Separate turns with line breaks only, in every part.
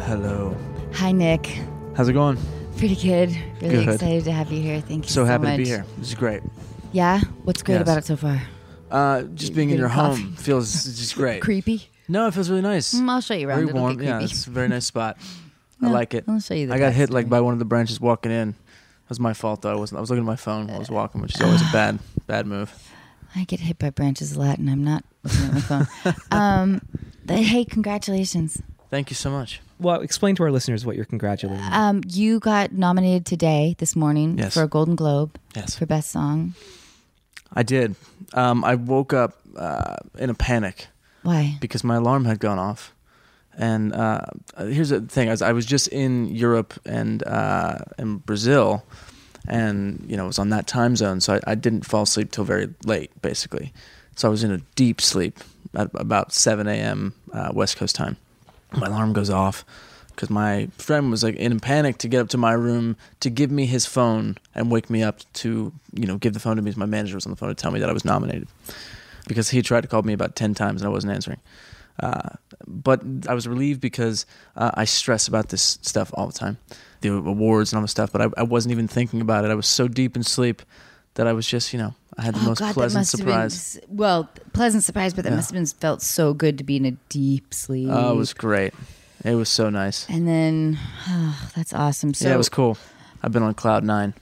Hello.
Hi, Nick.
How's it going?
Pretty good. Really
Good.
excited to have you here. Thank you so,
so happy to be
much.
here. This is great.
Yeah? What's great
Yes.
about it so far?
Uh, just being in
Getting
your
coffee.
home feels just great.
Creepy?
No, it feels really nice.
Mm, I'll show you around.
Very
It'll
warm.
get
Yeah,
creepy.
it's a very nice spot. I
No,
like it.
I'll show you the
I got hit
backstory.
like by one of the branches walking in. It was my fault though. I wasn't. I was looking at my phone
Uh,
while I was walking, which is always a bad, bad move.
I get hit by branches a lot, and I'm not looking at my phone. um, but hey, congratulations.
Thank you so much.
Well, explain to our listeners what you're congratulating. on.
Um, you got nominated today, this morning,
Yes.
for a Golden Globe
Yes,
for Best Song.
I did. Um, I woke up uh, in a panic
Why?
because my alarm had gone off. And uh, here's the thing: I was, I was just in Europe and uh, and Brazil, and you know, it was on that time zone, so I, I didn't fall asleep till very late, basically. So I was in a deep sleep at about 7 a.m. Uh, West Coast time. My alarm goes off because my friend was like in a panic to get up to my room to give me his phone and wake me up to you know give the phone to me. My manager was on the phone to tell me that I was nominated because he tried to call me about 10 times and I wasn't answering. Uh, but I was relieved because uh, I stress about this stuff all the time, the awards and all this stuff. But I, I wasn't even thinking about it. I was so deep in sleep that I was just, you know,
Oh,
I had the most pleasant surprise.
have been well, pleasant surprise, but that
Yeah.
must have been felt so good to be in a deep sleep.
Oh, it was great. It was so nice.
and then oh, that's awesome. So
yeah, it was cool. I've been on cloud nine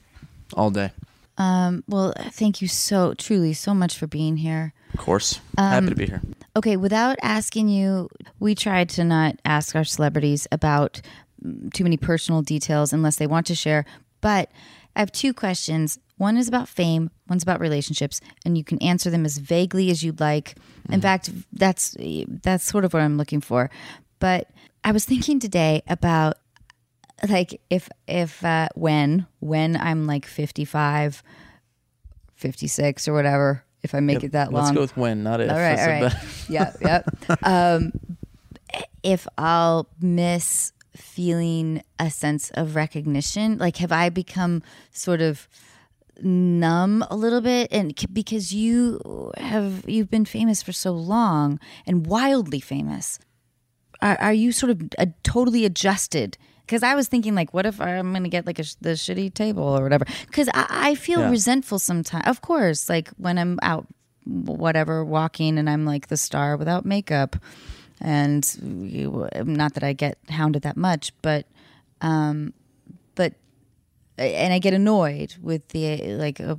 all day.
Um, well, thank you so truly so much for being here.
Of course,
Um,
happy to be here.
Okay, without asking you, we tried to not ask our celebrities about mm, too many personal details unless they want to share. But I have two questions. One is about fame, one's about relationships, and you can answer them as vaguely as you'd like.
Mm-hmm.
In fact, that's that's sort of what I'm looking for. But I was thinking today about like if if uh, when when I'm like 55, 56 or whatever, if I make it that long.
Let's go with when, not if.
All right,
That's
all
a
right.
bad-
yep, yep. Um, if I'll miss feeling a sense of recognition, like have I become sort of numb a little bit and c- because you have you've been famous for so long and wildly famous are, are you sort of uh, totally adjusted because i was thinking like what if i'm gonna get like a sh- the shitty table or whatever because I, I feel
Yeah.
resentful sometimes of course like when i'm out whatever walking and i'm like the star without makeup and you, um, not that i get hounded that much but um but and I get annoyed with the like uh,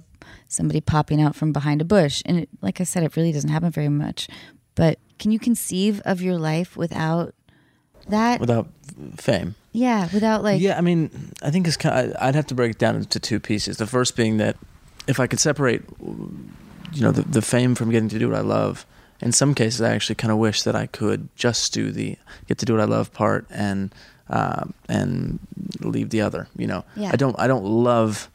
somebody popping out from behind a bush. And it, like I said, it really doesn't happen very much. But can you conceive of your life without that?
Without fame.
yeah, without like
yeah, I mean, I think it's kind. Of, I'd have to break it down into two pieces. The first being that if I could separate, you know, the, the fame from getting to do what I love. In some cases, I actually kind of wish that I could just do the get to do what I love part and uh, and leave the other. You know,
Yeah.
I don't I don't love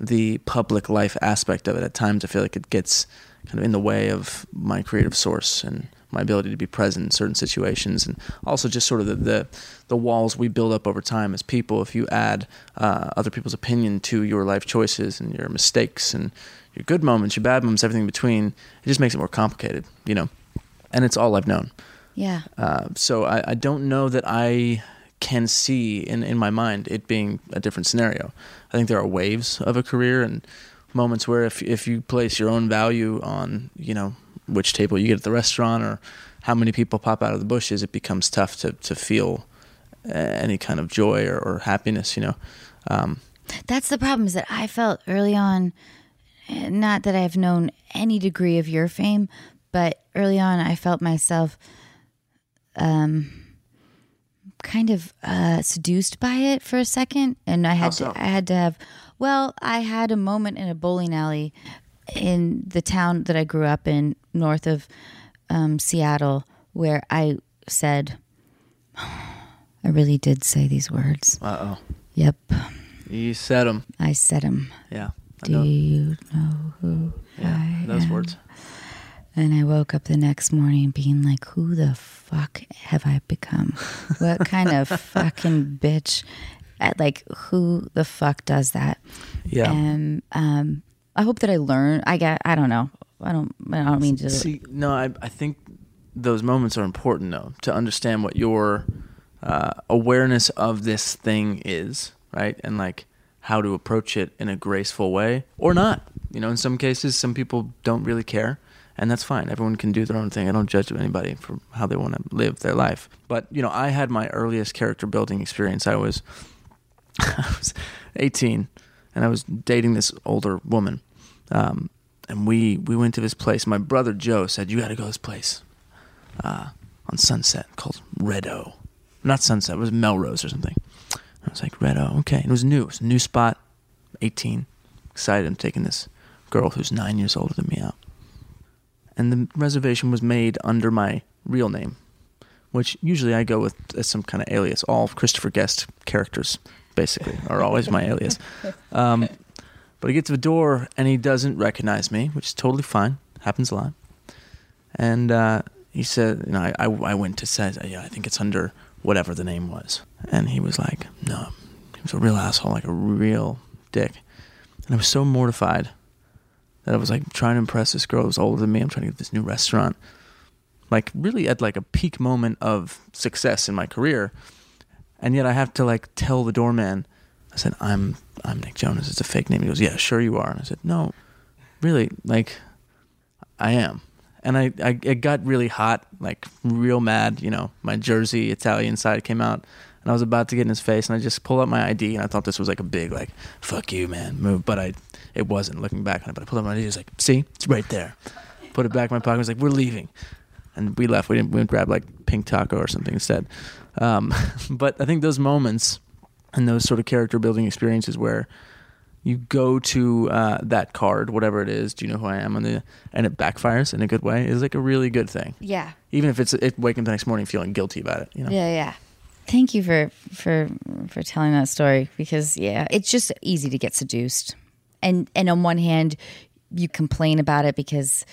the public life aspect of it. At times, I feel like it gets kind of in the way of my creative source and my ability to be present in certain situations, and also just sort of the the, the walls we build up over time as people. If you add uh, other people's opinion to your life choices and your mistakes and your good moments, your bad moments, everything in between, it just makes it more complicated, you know. And it's all I've known.
yeah.
Uh, so I, I don't know that I can see in, in my mind it being a different scenario. I think there are waves of a career and moments where if if you place your own value on you know which table you get at the restaurant or how many people pop out of the bushes, it becomes tough to to feel uh, any kind of joy or, or happiness. You know, um,
That's the problem is that I felt early on, eh, not that I've known any degree of your fame, but early on I felt myself um, kind of uh, seduced by it for a second, and I had
so?
to, I had to have. Well, I had a moment in a bowling alley in the town that I grew up in, north of um, Seattle, where I said, "I really did say these words."
uh oh,
Yep,
you said them.
I said them.
Yeah, I
Do
know.
you know who
yeah,
I
those
am?
words.
And I woke up the next morning being like, who the fuck have I become? What kind of fucking bitch? At like, who the fuck does that?
Yeah.
And um, I hope that I learn. I got. I don't know. I don't. I don't mean to.
See, no, I, I think those moments are important though to understand what your uh, awareness of this thing is, right? And like how to approach it in a graceful way or not. You know, in some cases, some people don't really care, and that's fine. Everyone can do their own thing. I don't judge anybody for how they want to live their life. But, you know, I had my earliest character building experience. I was, I was 18 and I was dating this older woman. Um, and we, we went to this place. My brother Joe said, You got to go to this place uh, on Sunset called Red O. Not Sunset, it was Melrose or something. I was like, Red O, okay. And it was new. It was a new spot, 18. Excited. I'm taking this girl who's nine years older than me out. And the reservation was made under my real name, which usually I go with as some kind of alias. All Christopher Guest characters, basically, are always my alias. Um, but I get to the door and he doesn't recognize me, which is totally fine. Happens a lot. And uh, he said, you know, I, I, I went to say, yeah, I think it's under whatever the name was. And he was like, no, he was a real asshole, like a real dick. And I was so mortified that I was like trying to impress this girl who's older than me. I'm trying to get this new restaurant. Like really at like a peak moment of success in my career. And yet I have to like tell the doorman, I said, I'm I'm Nick Jonas, it's a fake name. He goes, Yeah, sure you are. And I said, No, really, like I am. And I, I it got really hot, like real mad, you know, my Jersey Italian side came out and I was about to get in his face and I just pulled out my ID and I thought this was like a big like fuck you man move. But I it wasn't looking back on it, but I pulled out my ID, he was like, See, it's right there. Put it back in my pocket, I was like, We're leaving. And we left. We didn't we went grab like pink taco or something instead. Um, but I think those moments and those sort of character building experiences where you go to uh, that card, whatever it is, do you know who I am, and, the, and it backfires in a good way is like a really good thing.
Yeah.
Even if it's it waking up the next morning feeling guilty about it, you know.
Yeah, yeah. Thank you for for for telling that story because yeah, it's just easy to get seduced. And and on one hand, you complain about it because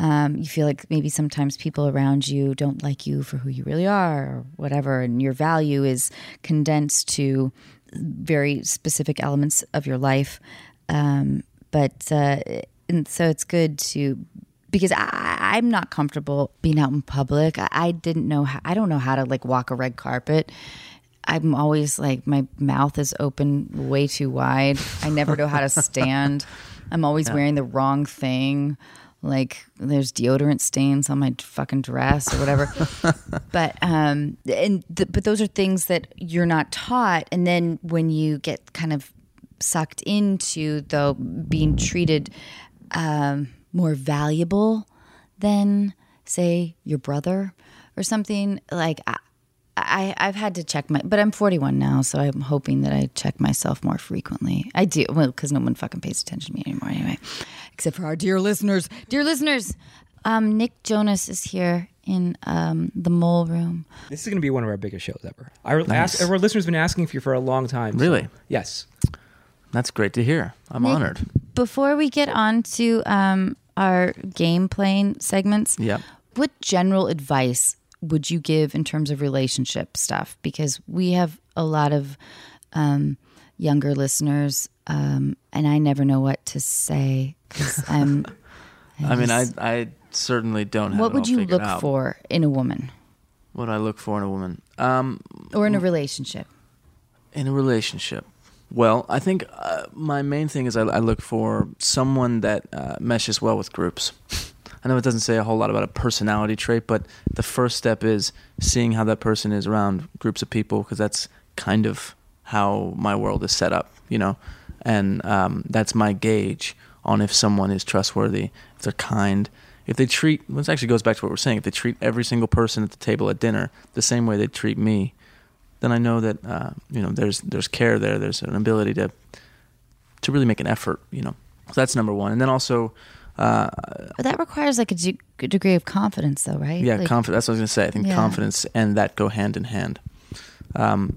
um, you feel like maybe sometimes people around you don't like you for who you really are or whatever and your value is condensed to very specific elements of your life um, but uh, and so it's good to because I, I'm not comfortable being out in public. I, I didn't know how, I don't know how to like walk a red carpet. I'm always like my mouth is open way too wide. I never know how to stand. I'm always wearing the wrong thing like there's deodorant stains on my fucking dress or whatever but um and th- but those are things that you're not taught and then when you get kind of sucked into though being treated um more valuable than say your brother or something like I, I I've had to check my but I'm 41 now so I'm hoping that I check myself more frequently. I do well cuz no one fucking pays attention to me anymore anyway except for our dear listeners. Dear listeners, um, Nick Jonas is here in um, the mole room.
This is going to be one of our biggest shows ever. Our, ask, our listeners have been asking for you for a long time. so-
Really?
yes.
That's great to hear. I'm
Nick-
honored.
Before we get on to um, our game playing segments,
Yeah.
what general advice would you give in terms of relationship stuff? Because we have a lot of um, younger listeners, um, and I never know what to say because I'm.
I mean, I I certainly don't have.
what
it
would
all
you
figured
look
out.
for in a woman
What do I look for in a woman? Um,
or in a relationship?
in a relationship. Well, I think uh, my main thing is I, I look for someone that uh, meshes well with groups. I know it doesn't say a whole lot about a personality trait, but the first step is seeing how that person is around groups of people because that's kind of how my world is set up, you know, and um, that's my gauge on if someone is trustworthy, if they're kind, if they treat. Well, this actually goes back to what we're saying. If they treat every single person at the table at dinner the same way they treat me, then I know that uh, you know there's there's care there. There's an ability to to really make an effort. You know, so that's number one. And then also, uh,
But that requires like a de- degree of confidence, though, right?
yeah,
like,
confidence. That's what I was gonna say. I think
Yeah.
confidence and that go hand in hand. Um,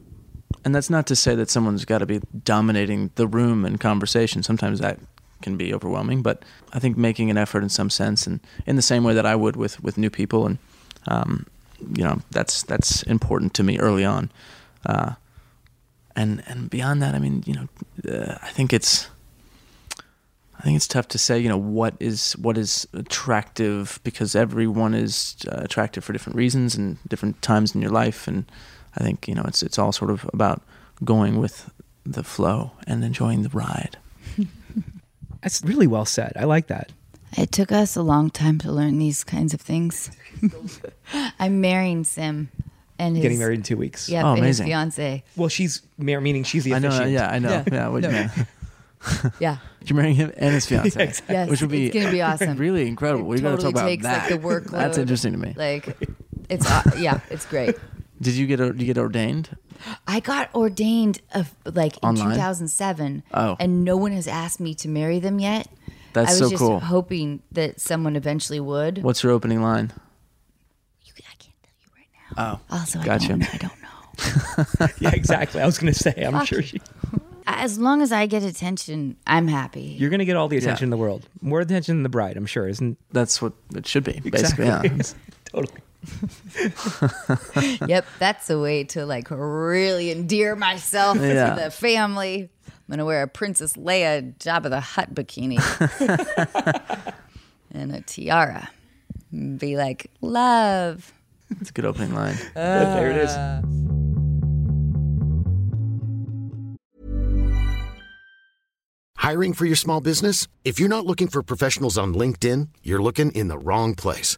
and that's not to say that someone's got to be dominating the room in conversation. Sometimes that can be overwhelming, but I think making an effort in some sense, and in the same way that I would with with new people, and um, you know, that's that's important to me early on. Uh, and and beyond that, I mean, you know, uh, I think it's I think it's tough to say, you know, what is what is attractive because everyone is uh, attractive for different reasons and different times in your life, and I think you know it's it's all sort of about going with the flow and enjoying the ride.
That's really well said. I like that.
It took us a long time to learn these kinds of things. I'm marrying Sim and his,
Getting married in two weeks.
Yeah,
Oh,
and his
amazing.
fiance.
Well, she's mar- meaning she's the
I know.
officiant.
Yeah, I know.
Yeah.
Yeah, what,
No.
yeah.
Yeah.
you're marrying him and his fiance,
Yes,
which would be
it's gonna be awesome.
really incredible. We got to
totally
talk about
takes, like,
that.
the workload.
That's interesting to me.
Like, it's uh, yeah, it's great.
Did you get did you get ordained?
I got ordained of like in
Online?
2007,
Oh.
and no one has asked me to marry them yet.
That's
I was
so
just
cool.
hoping that someone eventually would.
What's your opening line?
You- I can't tell you right now.
Oh,
Also,
Gotcha.
I, don't, I don't know.
Yeah, exactly. I was going to say, I'm sure she,
As long as I get attention, I'm happy.
you're going to get all the attention in the world. More attention than the bride, I'm sure, isn't
that's what it should be.
Exactly.
Basically, yeah.
totally.
yep, that's a way to like really endear myself
Yeah.
to the family. I'm gonna wear a Princess Leia Jabba the Hutt bikini and a tiara. And Be like, love.
it's a good opening line.
Uh, there it is.
Hiring for your small business? If you're not looking for professionals on LinkedIn, you're looking in the wrong place.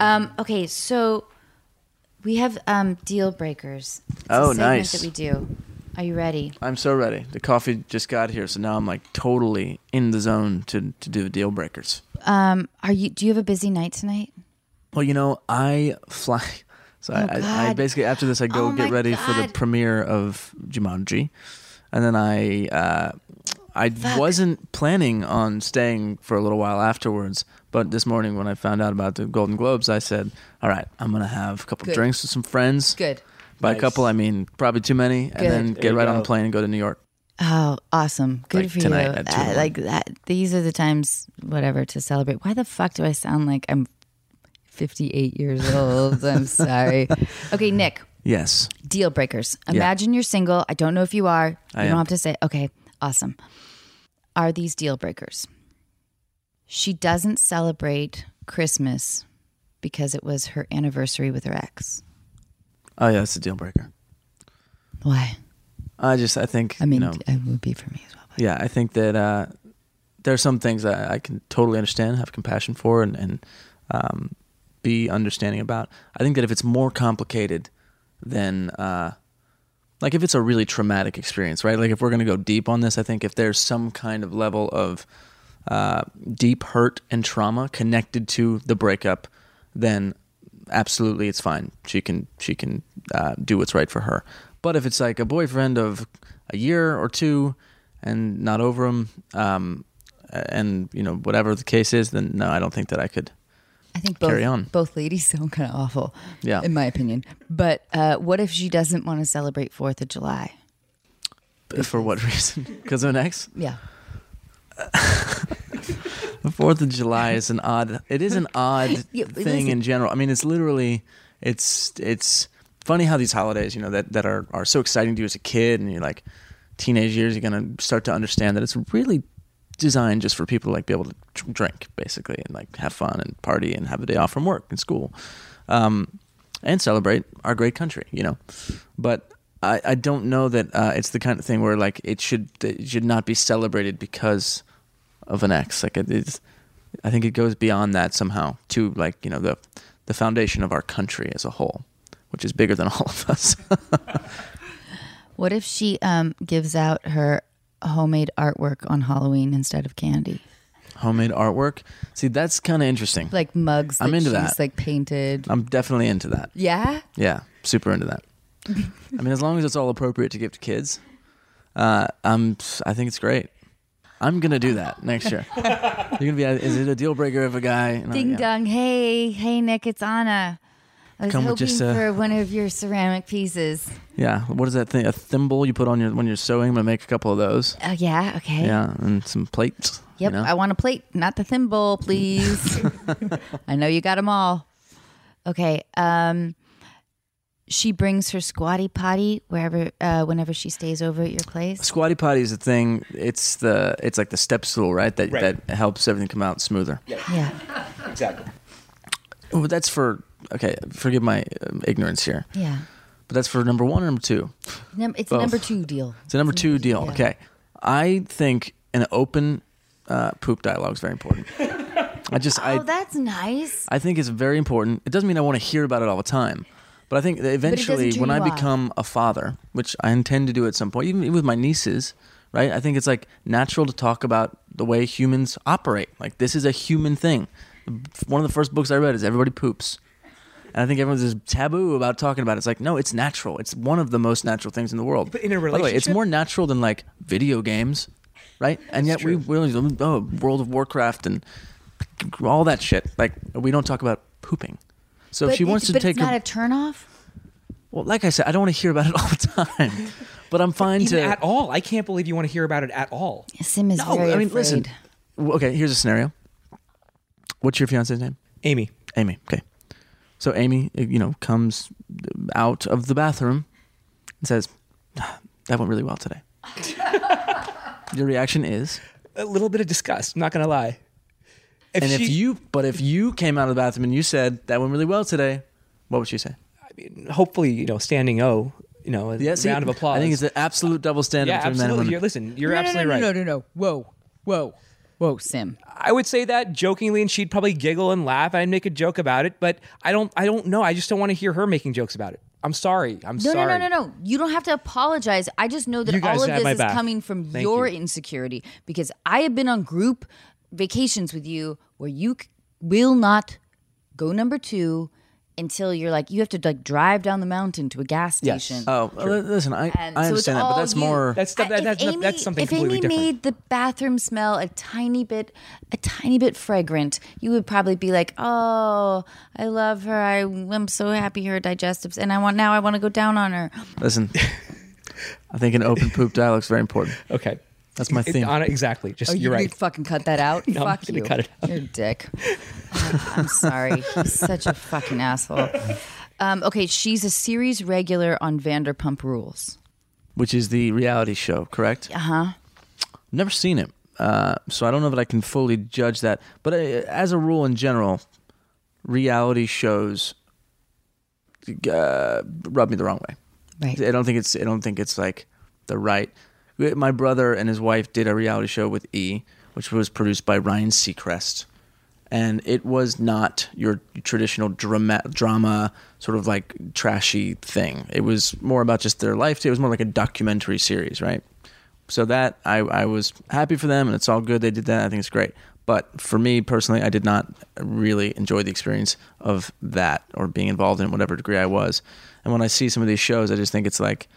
Um, okay, so we have um, deal breakers. It's a
Oh,
segment
nice.
That we do. Are you ready?
I'm so ready. The coffee just got here, so now I'm like totally in the zone to to do deal breakers.
Um, are you? Do you have a busy night tonight?
Well, you know, I fly. So I, I, I
Oh, God.
basically after this I go
Oh my
get ready for the
God.
premiere of Jumanji, and then I uh, I wasn't planning on staying for a little while afterwards. But this morning when I found out about the Golden Globes, I said, "All right, I'm gonna have a couple
Good.
drinks with some friends."
Good.
By
Nice.
a couple, I mean probably too many,
Good.
and then
There
get
you
right on
go.
the plane and go to New York.
Oh, awesome. Good
Like
for
tonight
you.
at two in the
Uh,
morning.
like that these are the times whatever to celebrate. Why the fuck do I sound like I'm 58 years old? I'm sorry. Okay, Nick,
Yes.
deal breakers. Imagine you're single. I don't know if you are. You
I
don't
am.
have to say. Okay, awesome. Are these deal breakers? She doesn't celebrate Christmas because it was her anniversary with her ex.
Oh yeah, that's a deal breaker.
Why?
I just I think
I mean,
you know,
it would be for me as well.
yeah, I think that uh, there are some things that I can totally understand, have compassion for, and, and um, be understanding about. I think that if it's more complicated than, uh, like, if it's a really traumatic experience, right? Like, if we're going to go deep on this, I think if there's some kind of level of uh, deep hurt and trauma connected to the breakup, then absolutely it's fine. She can she can uh, do what's right for her. But if it's like a boyfriend of a year or two and not over him, um, and you know whatever the case is, then no, I don't think that I could.
I think both,
Carry on.
both ladies sound kind of awful,
Yeah.
in my opinion. But uh, what if she doesn't want to celebrate Fourth of July?
For what reason? Because of an ex.
Yeah,
The Fourth of July is an odd. It is an odd
Yeah, but
thing
listen-
in general. I mean, it's literally, it's it's funny how these holidays, you know, that that are are so exciting to you as a kid, and you're like, teenage years, you're gonna start to understand that it's really designed just for people to like be able to tr- drink basically and like have fun and party and have a day off from work and school, um, and celebrate our great country, you know, but. I, I don't know that uh, it's the kind of thing where like it should it should not be celebrated because of an ex. Like it is, I think it goes beyond that somehow to like you know the the foundation of our country as a whole, which is bigger than all of us.
What if she um, gives out her homemade artwork on Halloween instead of candy,
Homemade artwork. See, that's kind of interesting.
like mugs? That
I'm into
she's,
that.
Like painted.
I'm definitely into that.
yeah.
Yeah, super into that. I mean, as long as it's all appropriate to give to kids, uh, I'm. I think it's great. I'm gonna do that next year. You're uh, gonna be. Is it a deal breaker if a guy? and I-
Ding
yeah.
dong. Hey, hey, Nick, it's Anna. I was
Come
hoping
with just a-
for one of your ceramic pieces.
Yeah. What is that thing? A thimble you put on your when you're sewing. I'm gonna make a couple of those.
Oh yeah, okay.
Yeah, and some plates. you
Yep,
know?
I want a plate, not the thimble, please. I know you got them all. Okay. Um, she brings her squatty potty wherever, uh, whenever she stays over at your place.
Squatty potty is the thing. It's the it's like the step stool, right? That
Right.
that helps everything come out smoother.
Yeah,
Exactly.
Oh, that's for okay. Forgive my um, ignorance here,
yeah.
but that's for number one or number two.
Num- it's a
Both.
number two deal.
It's a number two deal.
yeah.
Okay, I think an open uh, poop dialogue is very important. I just I
oh, that's nice.
I think it's very important. It doesn't mean I want to hear about it all the time, but I think that eventually
turn
when I
you off.
become a father, which I intend to do at some point, even with my nieces, right? I think it's like natural to talk about the way humans operate. Like this is a human thing. One of the first books I read is Everybody Poops. And I think everyone's just taboo about talking about it. It's like, no, it's natural. It's one of the most natural things in the world.
But in a
By the way, it's
relationship-
more natural than like video games, right? And yet we, we only oh World of Warcraft and all that shit. Like we don't talk about pooping. So if she wants to
but
take
it's not
a,
a turnoff.
well, like I said, I don't want to hear about it all the time. But I'm fine
Even
to
at all. I can't believe you want to hear about it at all.
Sim is
No,
very
I mean,
afraid.
listen. w- Okay, here's a scenario. What's your fiance's name?
Amy.
Amy. Okay. So Amy, uh, you know, comes out of the bathroom and says, "Ah, "That went really well today." Your reaction is,
A little bit of disgust, not gonna lie. If
and
she,
if you, but if you came out of the bathroom and you said that went really well today, what would she say?
hopefully, you know, standing O, you know, a
Yes,
round of applause.
I think it's an absolute double standard
yeah,
between men and
absolutely.
women.
You're, listen, you're
no,
absolutely
no, no,
right.
No, no, no, Whoa, whoa, whoa, Sim.
I would say that jokingly, and she'd probably giggle and laugh. I'd make a joke about it, but I don't. I don't know. I just don't want to hear her making jokes about it. I'm sorry. I'm
No, no,
sorry.
no, no, no. You don't have to apologize. I just know
You
that
guys
all of
had
this
my
is
back.
coming from
Thank
your
you.
insecurity because I have been on group vacations with you where you c- will not go number two until you're like you have to like drive down the mountain to a gas
Yes.
station.
Oh, li- listen, I,
And
I
so it's
understand that, but
all
that's
you.
more.
That's-
I-
that-
if
that's-
Amy,
that's something
If
completely
Amy
different.
made the bathroom smell a tiny bit, a tiny bit fragrant, you would probably be like, "Oh, I love her. I, I'm so happy her digestives, and I want now. I want to go down on her."
listen, I think an open poop dialogue is very important.
Okay,
That's my
It-
thing.
Anna, exactly. Just
Oh, you
you're right.
could fucking cut that out.
I'm
Fuck
gonna
you.
cut it out.
You're a dick. Oh, I'm sorry. He's such a fucking asshole. Um, okay, she's a series regular on Vanderpump Rules.
which is the reality show, correct? Uh huh.
Uh-huh.
Never seen it, uh, so I don't know that I can fully judge that. But uh, as a rule, in general, reality shows uh, rub me the wrong way.
Right.
I don't think it's. I don't think it's like the right. My brother and his wife did a reality show with E, which was produced by Ryan Seacrest, and it was not your traditional drama, drama sort of like trashy thing. It was more about just their life. It was more like a documentary series, right? So that I, I was happy for them, and it's all good. They did that. I think it's great. But for me personally, I did not really enjoy the experience of that or being involved in whatever degree I was. And when I see some of these shows, I just think it's like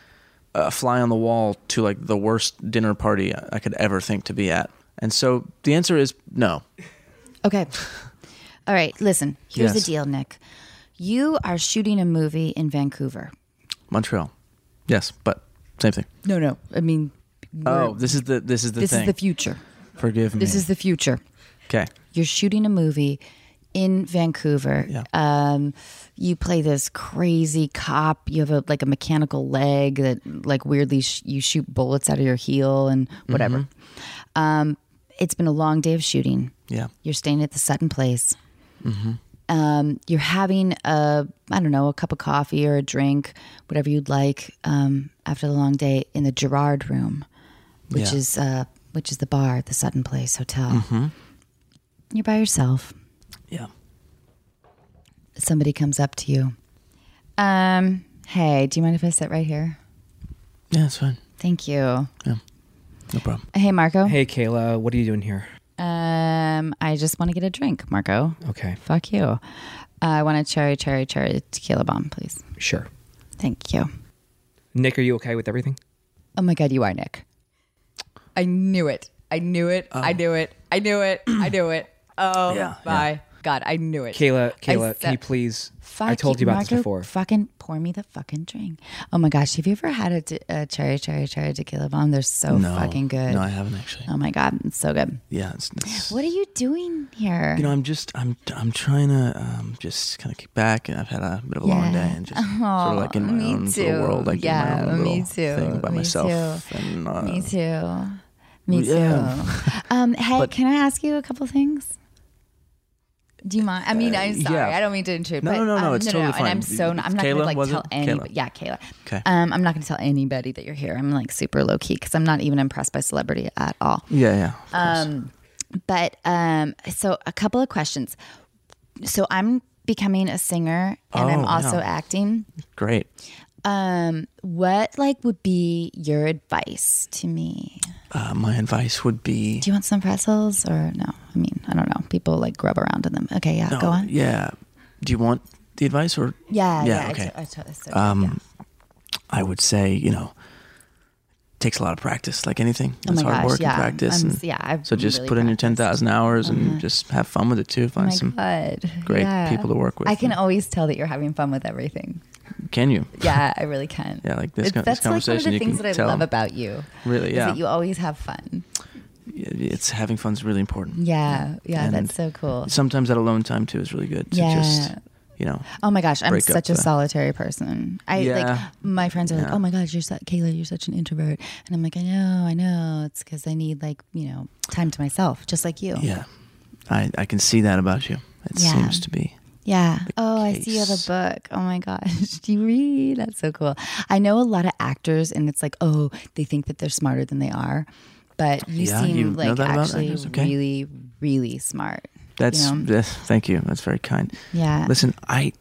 a fly on the wall to like the worst dinner party I could ever think to be at. And so the answer is no.
Okay. All right, listen. Here's
Yes.
the deal, Nick. You are shooting a movie in Vancouver.
Montreal. Yes, but same thing.
No, no. I mean,
Oh, this is the this is the
this
thing.
is the future.
Forgive me.
This is the future.
okay.
You're shooting a movie in Vancouver.
Yeah.
Um, you play this crazy cop. You have a like a mechanical leg that like weirdly sh- you shoot bullets out of your heel and whatever. Um, it's been a long day of shooting.
Yeah.
You're staying at the Sutton Place. Um, you're having a I don't know a cup of coffee or a drink, whatever you'd like um, after the long day in the Gerard Room, which
Yeah.
is uh, which is the bar at the Sutton Place Hotel. You're by yourself.
Yeah.
Somebody comes up to you. Um, hey, do you mind if I sit right here?
Yeah, it's fine.
Thank you.
No problem.
Hey, Marco.
Hey, Kayla, what are you doing here?
Um, I just want to get a drink, Marco.
Okay,
Fuck you. Uh, I want a cherry, cherry, cherry tequila bomb, please.
sure.
Thank you.
Nick, are you okay with everything?
Oh my God, you are Nick. I knew it. I knew it. I knew it. I knew it. I knew it. Oh,
Yeah,
bye. God, I knew it.
Kayla,
I
Kayla, can
said-
you please?
Fuck
I told you about
Marco,
this before.
Fucking pour me the fucking drink. Oh my gosh, have you ever had a, t- a cherry, cherry, cherry tequila bomb? They're so
No,
fucking good.
No, I haven't actually.
oh my god, it's so good.
Yeah, it's, it's
What are you doing here?
you know, I'm just I'm I'm trying to um, just kind of kick back, and I've had a bit of a
Yeah.
long day, and just sort of like in my
me
own
too.
little world, like in
Yeah,
my own
me
little
too.
thing by
Me
myself. And, uh,
me too. Me
yeah.
too. Um, hey,
But-
can I ask you a couple things? Do you mind? I mean, I'm
Uh, yeah.
sorry. I don't mean to intrude.
No,
but,
no, no, no,
um,
it's
no,
totally fine.
And I'm so not, I'm not
Kayla,
gonna like
was
tell
it?
anybody.
Kayla.
Yeah, Kayla.
'Kay.
Um, I'm not gonna tell anybody that you're here. I'm like super low key because I'm not even impressed by celebrity at all.
yeah, yeah. of course.
Um, but um, so a couple of questions. So I'm becoming a singer and
Oh,
I'm
wow.
also acting.
Great.
Um, what like would be your advice to me?
Uh, my advice would be
Do you want some pretzels or no? I mean, I don't know. People like grub around in them. Okay, yeah,
No,
go on.
Yeah. Do you want the advice or
Yeah,
Yeah,
yeah. I
okay.
to- I to- so- yeah.
um I would say, you know, takes a lot of practice, like anything.
Oh my
It's hard
gosh,
work
yeah.
and practice.
I'm-
and
yeah, I've
so just
really
put in your
practiced.
ten thousand hours and just have fun with it too.
Oh
Find
my
some
god.
great
yeah.
people to work with.
I can always tell that you're having fun with everything.
Can you?
Yeah, I really can.
Yeah, like this
It-
con-
that's
this conversation,
like
you
one of the things
can
that I
tell.
love about you.
Really,
is
yeah.
that you always have fun.
It's having fun's really important.
Yeah, yeah,
And
that's so cool.
Sometimes that alone time too is really good to just
Yeah.
you know
Oh my gosh, I'm
break up
such a
the-
solitary person. I like
Yeah.
my friends are like,
Yeah.
"Oh my gosh, you're su- Kayla, you're such an introvert," and I'm like, "I know, I know. It's because I need like you know time to myself, just like you."
Yeah. I, I can see that about you. It
Yeah.
seems to be.
Yeah.
the
Oh, I see you have a
case.
book. Oh my gosh. Do you read? That's so cool. I know a lot of actors and it's like, oh, they think that they're smarter than they are. But you
Yeah,
seem
you know
like
that about
actually
actors? Okay.
really, really smart.
That's,
know?
that's thank you. That's very kind.
Yeah.
Listen, I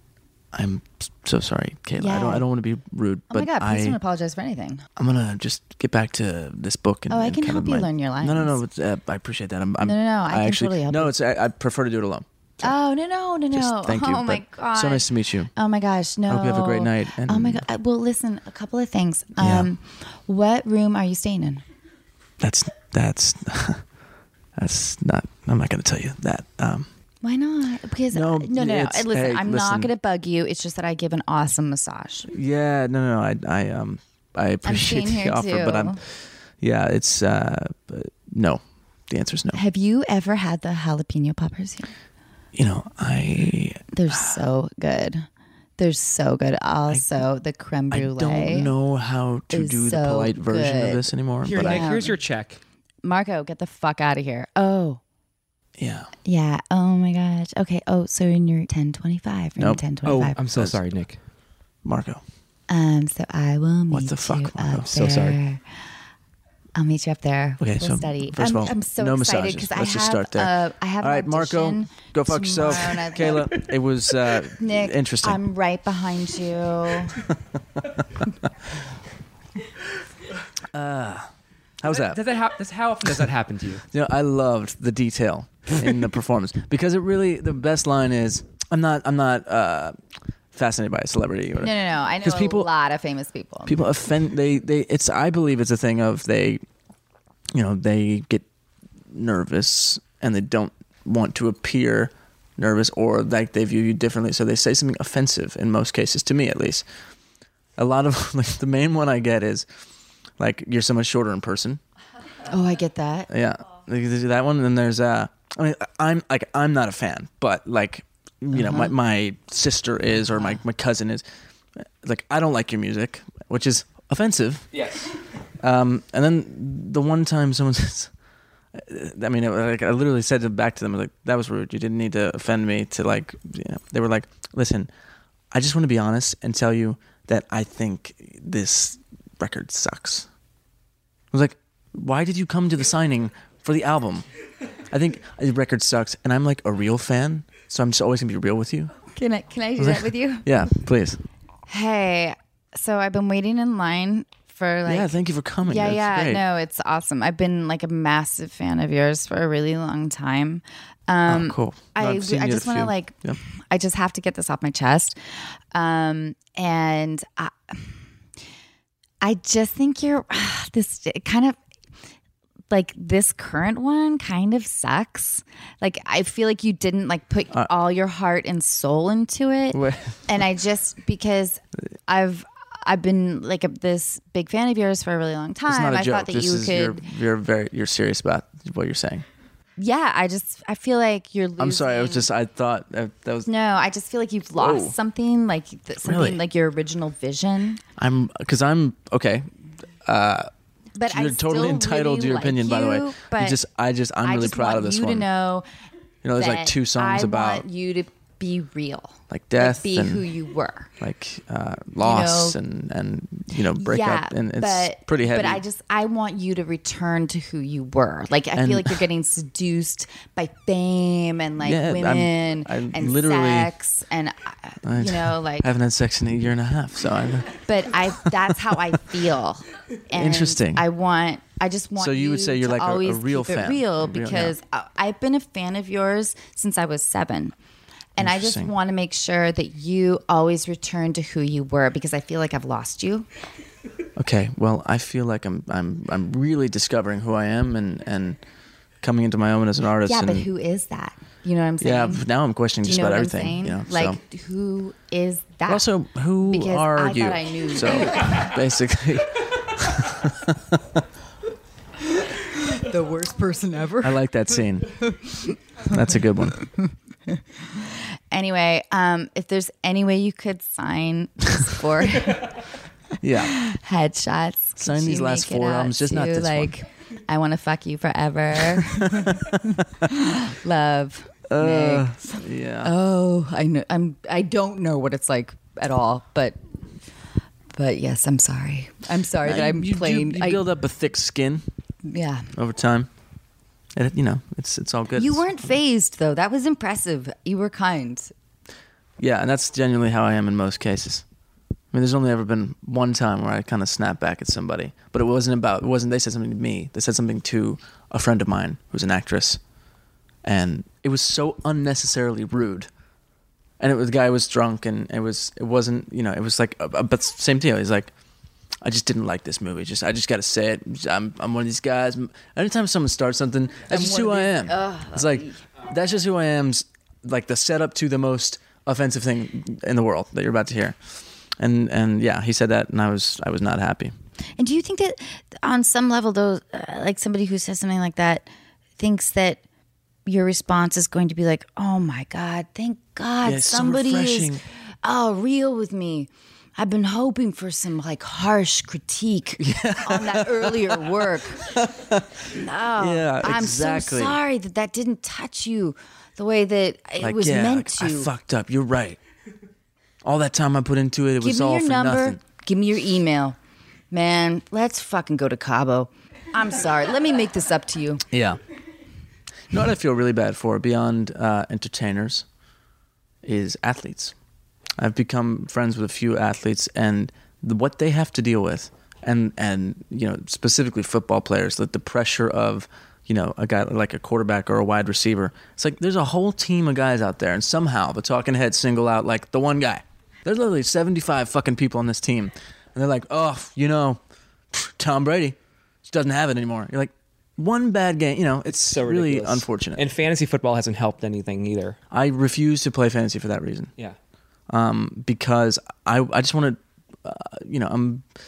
I'm so sorry, Kayla. I
Yeah.
don't I don't want to be rude,
Oh
but
my god, please
I
don't apologize for anything.
I'm gonna just get back to this book. And,
Oh, I
and
can
kind of
help you
my-
learn your lines.
No, no, no. It's, uh, I appreciate that. I'm, I'm
No, no, no, I can
actually,
totally help
No,
you.
it's I, I prefer to do it alone.
Oh no no no no!
Just thank you.
oh my
but
god!
So nice to meet you.
Oh my gosh! No.
hope you have a great night, and-
oh my god! I- Well, listen, a couple of things.
Yeah.
Um, what room are you staying in?
That's that's that's not. I'm not gonna tell you that. Um,
Why not? Because
No,
no, no, no.
it's-
Listen,
hey,
I'm
listen.
not going to bug you. It's just that I give an awesome massage.
yeah, no, no. I I um I appreciate
staying
the
here
offer, but I'm
too.
yeah. It's uh but no. The answer's no.
Have you ever had the jalapeno poppers here?
You know, I
They're
Ah.
so good. They're so good. Also, the creme
I
brulee.
don't know how to
is
do the
so
polite version of
good.
this anymore.
Here,
but
Nick,
I,
yeah.
here's your check.
Marco, get the fuck out of here. Oh,
yeah.
yeah. Oh my gosh. Okay. Oh, so in your 1025 nope.
Nope.
in
Oh,
1025.
I'm so sorry, Nick.
Marco.
Um, so I will meet
What the fuck,
you
Marco?
up
So sorry.
there. I'll meet you up there.
Okay,
we'll
so
study.
first of
I'm,
all,
I'm so
no
excited
massages.
because I have
Let's just start there.
Uh, I have
All
an
right, Marco,
audition
go fuck yourself.
tomorrow night.
Kayla, it was uh,
Nick,
interesting.
I'm right behind you.
uh, how was that?
Does that hap- that's how often does that happen to you?
You know, I loved the detail in the performance because it really the best line is I'm not I'm not uh, fascinated by a celebrity or
No, no, no. I know
'Cause
a
people-
lot of famous people.
people offend they they it's I believe it's a thing of they you know they get nervous and they don't want to appear nervous or like they view you differently so they say something offensive in most cases to me at least a lot of like the main one I get is like you're so much shorter in person
oh, I get that.
yeah Like, there's that one and then there's uh I mean I'm like I'm not a fan but like you know my my sister is or my my cousin is like I don't like your music which is offensive
Yes.
um, and then the one time someone says, I mean, it, like, I literally said it back to them, like, that was rude. You didn't need to offend me to, like, you know. They were like, listen, I just want to be honest and tell you that I think this record sucks. I was like, why did you come to the signing for the album? I think the record sucks, and I'm like a real fan, so I'm just always gonna be real with you.
Can I can I do that with you?
Yeah, please.
Hey, so I've been waiting in line for like
yeah, thank you for coming.
yeah,
That's
yeah.
great.
No, it's awesome. I've been like a massive fan of yours for a really long time.
Oh,
Um,
cool. No,
I, I
I've seen you at
just
a
want to
few.
like,
Yeah.
I just have to get this off my chest. Um, and I, I just think you're this kind of like this current one kind of sucks. Like I feel like you didn't like put
Uh,
all your heart and soul into it.
Wait.
And I just because I've I've been like a, this big fan of yours for a really long
It's
time.
not a
I
joke.
thought that
This
you
is
could
you're, you're very you're serious about what you're saying.
Yeah, I just I feel like you're losing
I'm sorry. I was just I thought that, that was
No, I just feel like you've lost
Whoa.
something like th- something
Oh. Really?
like your original vision.
I'm because I'm okay.
But I
You're totally
still
entitled
really
to your
like
opinion, by the way.
you,
You
But
just I just I'm
I
really
just
proud
want
of this
you
one.
To know
you know, there's like
that
two songs
I
about
want you to be real,
like death
be
and
who you were.
like uh, loss
know-
and and you know breakup
yeah,
and it's
but,
pretty heavy.
But I just I want you to return to who you were. Like I
And-
feel like you're getting seduced by fame and like
Yeah, I'm-
women
I'm
and
literally-
sex and uh, you know like
I haven't had sex in a year and a half, so I'm.
but I that's how I feel. And
Interesting.
I want. I just want.
So you would say you're
to
like a- a
always
real
keep it
fan. A
real
real-
because I, I've been a fan of yours since I was seven. And I just
Interesting.
want to make sure that you always return to who you were because I feel like I've lost you.
Okay, well, I feel like I'm I'm I'm really discovering who I am and and coming into my own as an artist.
Yeah,
and,
but who is that? You know what I'm saying?
Yeah, but now I'm questioning
Do you
just
know
about
what I'm saying?
everything. You know, so.
like, who is that?
But also, who
Because
are
I
you?
thought I knew you.
so basically,
the worst person ever.
I like that scene. That's a good one.
Anyway, um, if there's any way you could sign this for
Yeah,
headshots. could
Sign these
you make
last
it
four
out
albums, just not
to,
this one.
like, I want to fuck you forever. Love.
Uh.
Meg.
yeah.
Oh, I know. I'm. I don't know what it's like at all, but. But yes, I'm sorry. I'm sorry that I'm
Uh, you, do-
playing.
You,
I-
build up a thick skin
yeah,
over time. And it, you know, it's it's all good.
you
It's-
weren't phased though. That was impressive. You were kind.
Yeah, and that's genuinely how I am in most cases. I mean, there's only ever been one time where I kind of snapped back at somebody, but it wasn't about it wasn't they said something to me. They said something to a friend of mine who's an actress, and it was so unnecessarily rude. And it was the guy was drunk, and it was it wasn't you know it was like uh, uh, but same deal. He's like, I just didn't like this movie. Just I just got to say it. I'm I'm one of these guys. Anytime someone starts something, that's just who I am.
uh,
it's like that's just who I am. s- Like the setup to the most offensive thing in the world that you're about to hear, and and yeah, he said that, and I was I was not happy.
And do you think that on some level, though, uh, like somebody who says something like that thinks that your response is going to be like, oh my God, thank God
Yeah, it's so
somebody
refreshing.
is uh, real with me. I've been hoping for some like harsh critique on that earlier work.
yeah,
Oh, I'm
Uh, exactly.
so sorry that that didn't touch you the way that it
Like
was
yeah,
meant
like,
to.
I fucked up. You're right. All that time I put into it, it
Give
was
me
all
your
for
number.
nothing.
Give me your email. Man, let's fucking go to Cabo. I'm sorry. Let me make this up to you.
Yeah. You know what I feel really bad for beyond uh, entertainers is athletes. I've become friends with a few athletes and the, what they have to deal with, and and you know specifically football players, like the pressure of you know a guy like a quarterback or a wide receiver. It's like there's a whole team of guys out there, and somehow the talking heads single out like the one guy. There's literally 75 fucking people on this team, and they're like, oh, you know, Tom Brady just doesn't have it anymore. You're like, one bad game, you know, it's
So
really
ridiculous.
unfortunate.
And fantasy football hasn't helped anything either.
I refuse to play fantasy for that reason
Yeah.
because I I just want to, uh, you know, I'm I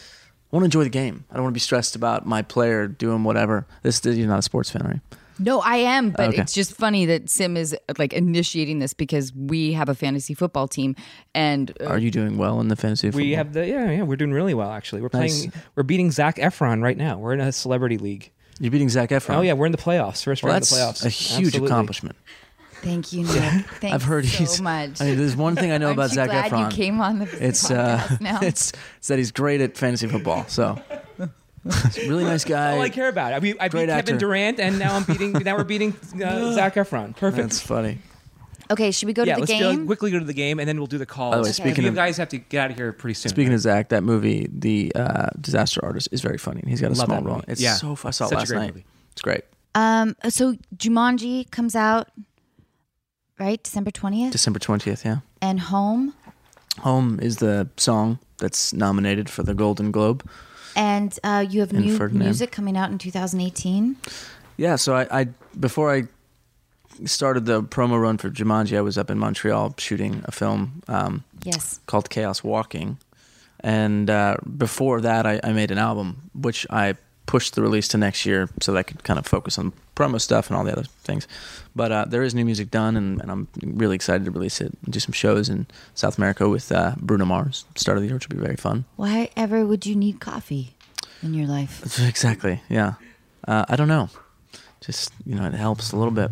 want to enjoy the game. I don't want to be stressed about my player doing whatever. This you're not a sports fan, right?
No, I am, but
Okay.
it's just funny that Sim is like initiating this because we have a fantasy football team, and uh,
Are you doing well in the fantasy?
We
football?
have the yeah yeah we're doing really well actually. We're playing
Nice.
we're beating Zach Efron right now. We're in a celebrity league.
You're beating Zach Efron.
Oh yeah, we're in the playoffs. First
Well,
round of
that's
the playoffs.
a huge
Absolutely.
accomplishment.
thank you, Nick. Thanks
I've heard
so
he's.
much.
I mean, there's one thing I know
Aren't
about
you
Zach
glad
Efron.
you came on the
it's uh,
podcast now.
it's it's that he's great at fantasy football. So, really nice guy.
All I care about. I, mean, I beat
Great
Kevin
actor.
Durant, and now I'm beating. now we're beating uh, Zach Efron. Perfect.
That's funny.
okay, should we go
yeah,
to the
let's
game?
Go, quickly go to the game, and then we'll do the calls.
By the way, speaking
you
of-
guys have to get out of here pretty soon.
Speaking of Zach, that movie, The uh, Disaster Artist, is very funny. He's got a
Love
small
that
role.
movie.
It's
Yeah.
so fu- I saw it
Such a
last
great
night.
movie.
It's great.
um, so Jumanji comes out right December twentieth,
December twentieth. Yeah.
and Home
Home is the song that's nominated for the Golden Globe.
And uh, you have
And
new
Ferdinand.
music coming out in 2018.
Yeah, so I, I before I started the promo run for Jumanji, I was up in Montreal shooting a film um,
Yes.
called Chaos Walking, and uh, before that, I, I made an album which I pushed the release to next year so that I could kind of focus on promo stuff and all the other things. But uh, there is new music done, and, and I'm really excited to release it and do some shows in South America with uh, Bruno Mars. Start of the year, which will be very fun.
Why ever would you need coffee in your life?
Exactly. Yeah. Uh, I don't know. Just you know, it helps a little bit.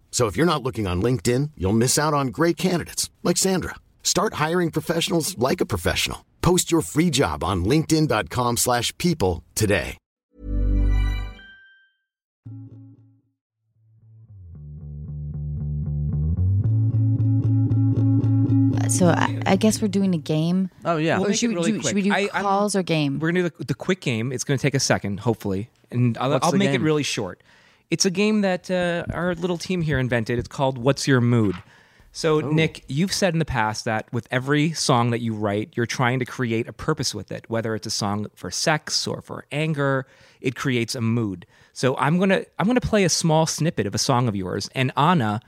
So if you're not looking on LinkedIn, you'll miss out on great candidates like Sandra. Start hiring professionals like a professional. Post your free job on linkedin.com/people slash people today.
Mm.
So I, I guess we're doing a game.
Oh yeah.
We'll
Or
make
should we
it really
do- should
quick.
we do
I- I'm-
calls or game?
We're gonna do the, the quick game. It's gonna take a second, hopefully, and I'll,
What's
I'll
the
make
game?
it really short. It's a game that uh, our little team here invented. It's called "What's Your Mood." So,
Oh.
Nick, you've said in the past that with every song that you write, you're trying to create a purpose with it, whether it's a song for sex or for anger. It creates a mood. So, I'm gonna I'm gonna play a small snippet of a song of yours, and Anna.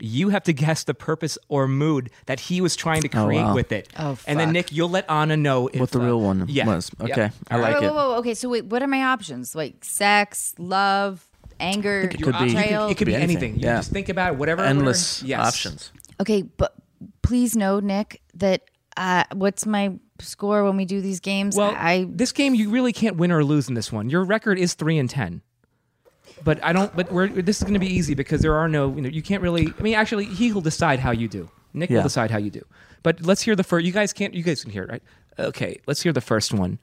You have to guess the purpose or mood that he was trying to
Oh,
create
wow.
with it.
Oh,
And then,
fuck.
Nick, you'll let Anna know if,
what the
uh,
real one
yeah,
was.
Yep.
Okay, I like
whoa,
it.
whoa, whoa. Okay, so wait, what are my options? Like sex, love, anger,
it could be-
Your
Betrayal.
option- It Uh, could, it could be anything. You
Yeah.
just think about it, whatever.
Endless
whatever- yes.
options.
Okay, but please know, Nick, that uh, what's my score when we do these games?
Well,
I
this game you really can't win or lose in this one. Your record is three and ten. But I don't. But we're, this is going to be easy because there are no. You know, you can't really. I mean, actually, he will decide how you do. Nick
Yeah.
will decide how you do. But let's hear the first. You guys can't. You guys can hear it, right? Okay, let's hear the first one.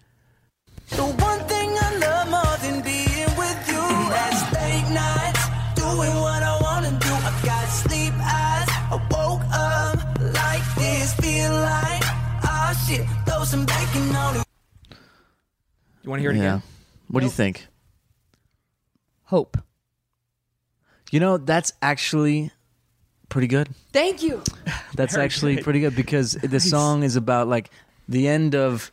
The one thing I love more than being with you is late nights, doing what I wanna do. I got sleep eyes, I woke up like this, feel like ah shit, throw some bacon on it.
You want to hear it
Yeah.
again?
What do you think?
hope.
You know, that's actually pretty good.
Thank you.
That's actually pretty good because the song is about like the end of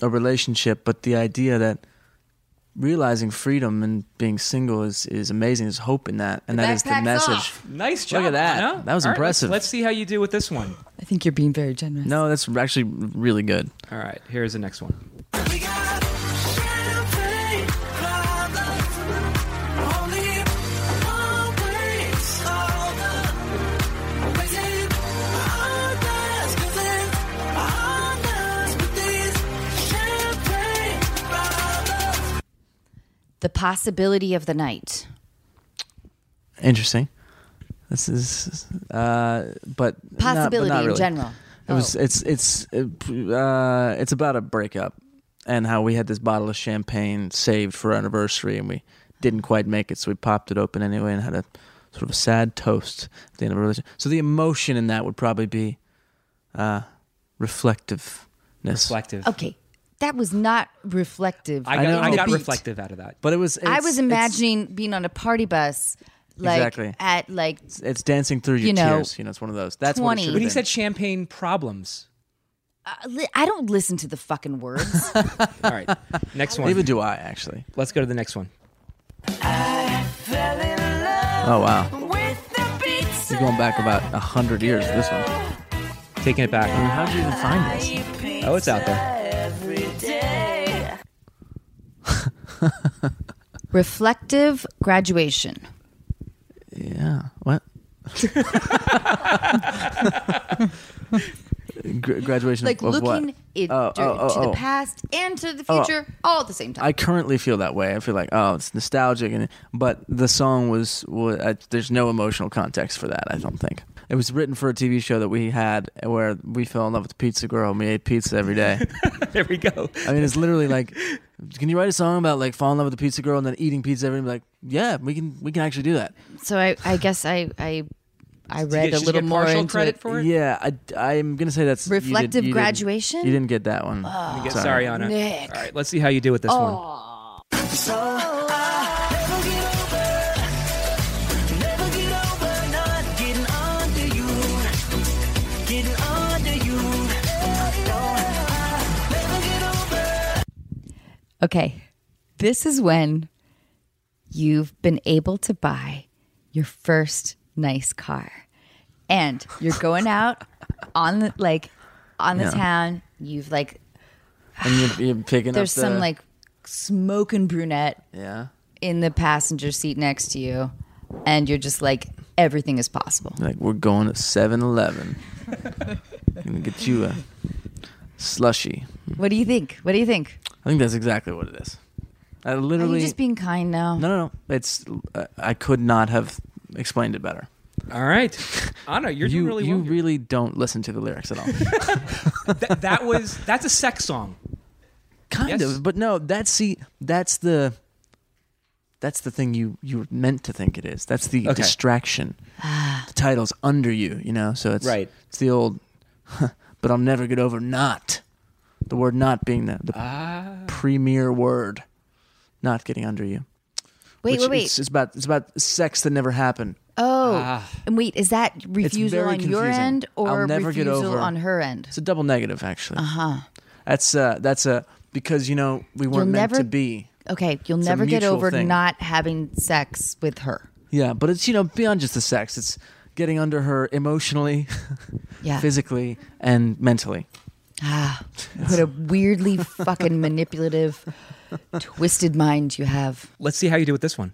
a relationship, but the idea that realizing freedom and being single is, is amazing. There's hope in that, and that is the
backpack's
message.
off.
Nice job.
Look at that.
Anna.
That was
All right,
impressive.
let's, let's see how you do with this one.
I think you're being very generous.
No, that's actually really good.
All right, here's the next one.
We got champagne, problems, only one way, all the raising our glass, 'cause it's our glass with these champagne problems.
The possibility of the night.
Interesting. This is, uh, but not- but
Possibility
not
in
really.
general.
It was. It's. It's. Uh, it's about a breakup, and how we had this bottle of champagne saved for our anniversary, and we didn't quite make it, so we popped it open anyway, and had a sort of a sad toast at the end of a relationship. So the emotion in that would probably be uh, reflectiveness.
Reflective.
Oh. Okay, that was not reflective.
I got,
know.
I
The
got
beat.
reflective out of that.
But it was. It's,
I was
it's-
imagining being on a party bus, like
Exactly.
at like
It's, dancing through your
You know,
tears. You know, it's one of those. That's what it
20.
should have
But he
been.
said champagne problems.
uh, li- I don't listen to the fucking words.
All right, next one.
Neither do I actually.
Let's go to the next one.
Fell in love
Oh wow.
with the
You're
pizza.
going back about a hundred years. with This one.
Taking it back.
How'd you even find this?
Oh, it's out there.
Reflective graduation.
Yeah. What? Gra- graduation
Like
of
looking
what?
it,
Oh,
to
oh, oh,
the
oh.
past and to the
Oh.
future all at the same time.
I currently feel that way. I feel like oh, it's nostalgic, and but the song was, was I, there's no emotional context for that. I don't think it was written for a TV show that we had where we fell in love with the pizza girl. and We ate pizza every day.
There we go.
I mean, it's literally like, can you write a song about like falling in love with the pizza girl and then eating pizza every day? Like, yeah, we can we can actually do that.
so I, I guess I, I, I
Did you
read
get-
a
did you
little
get
more
partial
into
credit
it.
for it.
Yeah, I, I'm gonna say that's you did-
Reflective
you didn't-
graduation?
You didn't get that one.
You get- sorry, Anna.
Nick.
All right, let's see how you do with this one.
So I never get over, never get over not getting under you, getting under you. No, I never get over.
Okay. This is when you've been able to buy your first nice car. And you're going out on the like on the
Yeah.
town. You've like
And you're, you're picking
there's
up. the-
some like smoking brunette
yeah.
in the passenger seat next to you and you're just like everything is possible.
Like we're going to 7-Eleven. gonna get you a slushy.
What do you think? What do you think?
I think that's exactly what it is. I
Are
literally
you just being kind now?
no, no, no. It's I, I could not have explained it better.
All right, Anna, you're
you
doing really
you
well. here.
really don't listen to the lyrics at all.
Th- that was that's a sex song.
kind
Yes.
of, but no. That's see, that's the that's the thing you you were meant to think it is. That's the
Okay.
distraction. the title's under you, you know. So it's
Right.
It's the old, but I'll never get over not. The word "not" being the, the
Ah.
premier word, not getting under you.
wait,
Which
wait, wait.
It's, it's about it's about sex that never happened.
oh. and wait, is that refusal
uh, very
on your
confusing.
end or
I'll never get
refusal
over-
on her end?
It's a double negative, actually. Uh
Uh-huh.
huh. That's uh that's a because you know we weren't meant
never-
to be.
Okay, you'll
It's a
never get
mutual
over
thing.
not having sex with her.
Yeah, but it's you know beyond just the sex. It's getting under her emotionally,
Yeah.
physically, and mentally.
Ah, what a weirdly fucking manipulative, twisted mind you have.
Let's see how you do with this one.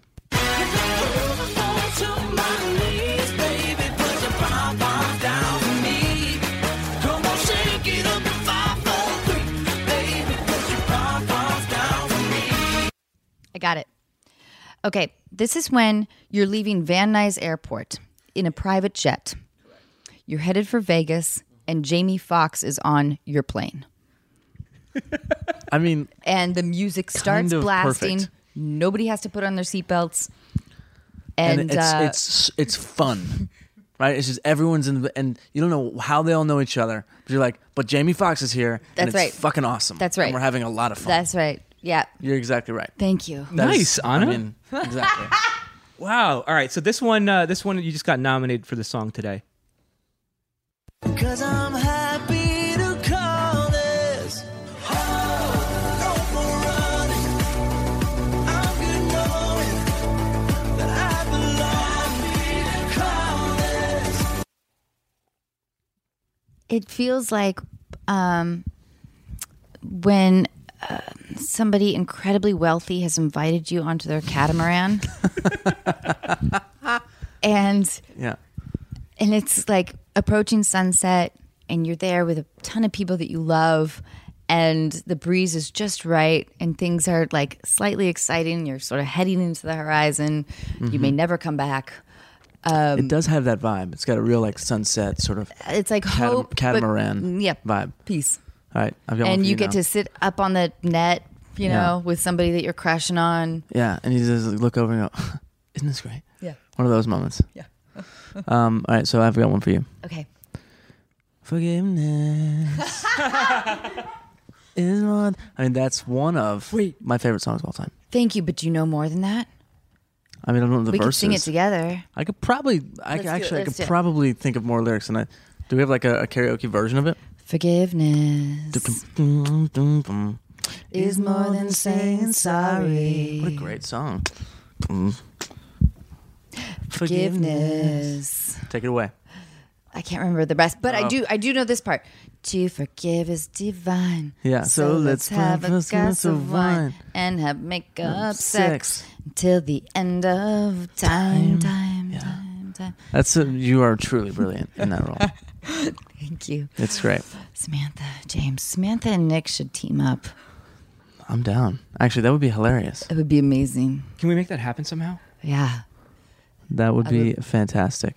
I got it. Okay, this is when you're leaving Van Nuys Airport in a private jet. You're headed for Vegas, and Jamie Foxx is on your plane.
I mean,
And the music starts
Kind of
blasting.
perfect.
Nobody has to put on their seatbelts.
and,
And,
it's
uh,
it's it's fun, right? It's just everyone's in, the- and you don't know how they all know each other. But you're like, but Jamie Foxx is here.
That's
and it's
right.
Fucking awesome.
That's right.
And we're having a lot of fun.
that's right. Yeah.
you're exactly right.
Thank you.
That is-
Nice, Anna.
I mean, exactly.
Wow. All right. So this one, uh, this one, you just got nominated for the song today.
Cause I'm happy to call this home. No more running. I'm good knowing that I belong. Call this
it feels like um, when uh, somebody incredibly wealthy has invited you onto their catamaran and
Yeah.
and it's like approaching sunset and you're there with a ton of people that you love and the breeze is just right and things are like slightly exciting you're sort of heading into the horizon you may never come back
Mm-hmm.
Um,
it does have that vibe. It's got a real like sunset sort of
it's like
catam-
hope but- mm,
catamaran
yeah
vibe.
peace
All right, I've got one
and
for
you, get
now.
to sit up on the net, you know,
Yeah.
with somebody that you're crushing on.
yeah, and you just look over and go, "Isn't this great?"
Yeah.
One of those moments.
Yeah.
um. All right, so I've got one for you.
Okay.
Forgiveness is one. I mean, that's one of
Wait.
my favorite songs of all time.
Thank you, but you know more than that.
I mean, I don't know the
we could
verses.
sing it together.
I could probably,
Let's
I could
do it,
actually, I
let's do
could
it.
probably think of more lyrics than I. Do we have like a, a karaoke version of it?
Forgiveness is more than saying sorry.
What a great song.
Forgiveness
Take it away.
I can't remember the rest, but I do. I do know this part. To forgive is divine.
Yeah, so let's
have a
have us
glass of wine
wine.
and have makeup
sex.
sex until the end of time. Time. Time.
Yeah.
Time.
That's a, you are truly brilliant in that role.
Thank you,
It's great.
Samantha James. Samantha and Nick should team up.
I'm down. Actually, that would be hilarious.
It would be amazing.
Can we make that happen somehow?
Yeah.
That would be fantastic.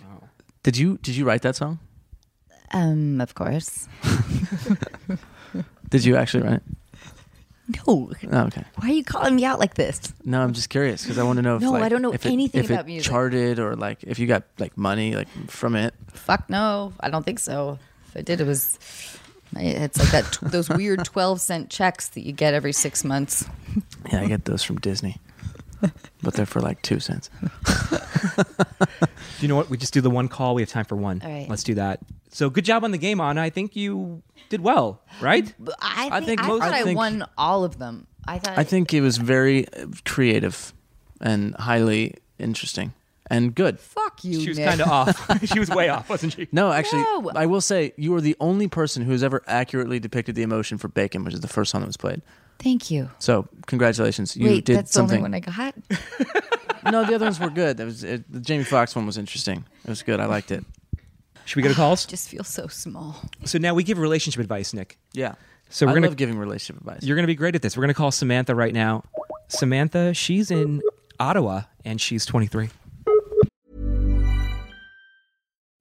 Did you did you write that song?
Um. Of course.
Did you actually write it?
No.
Oh, okay.
Why are you calling me out like this?
No, I'm just curious because I want to know if
No,
like,
I don't know
if it-
anything
if it
about music.
charted or like if you got like money like from it.
Fuck no. I don't think so. If I did, it was. It's like that. those weird twelve cent checks that you get every six months.
Yeah, I get those from Disney, but they're for like two cents.
You know what? We just do the one call. We have time for one.
All right.
Let's do that. So good job on the game, Anna. I think you did well, right?
But I think
I
I,
think most-
thought
I
I,
think-
won all of them. I thought
I think it was very uh, creative and highly interesting and good.
fuck you.
She was
Nick.
kind of off. she was way off, wasn't she?
No, actually,
No.
I will say you are the only person who has ever accurately depicted the emotion for Bacon, which is the first song that was played.
Thank you.
So congratulations, you
Wait,
did
that's
something.
the only one I got.
no, the other ones were good. That was it, the Jamie Foxx one was interesting. It was good. I liked it.
Should we go to calls?
Just feel so small.
So now we give relationship advice, Nick.
Yeah.
So we're
I
gonna-
love giving relationship advice.
You're going to be great at this. We're going to call Samantha right now. Samantha, she's in Ottawa and she's 23.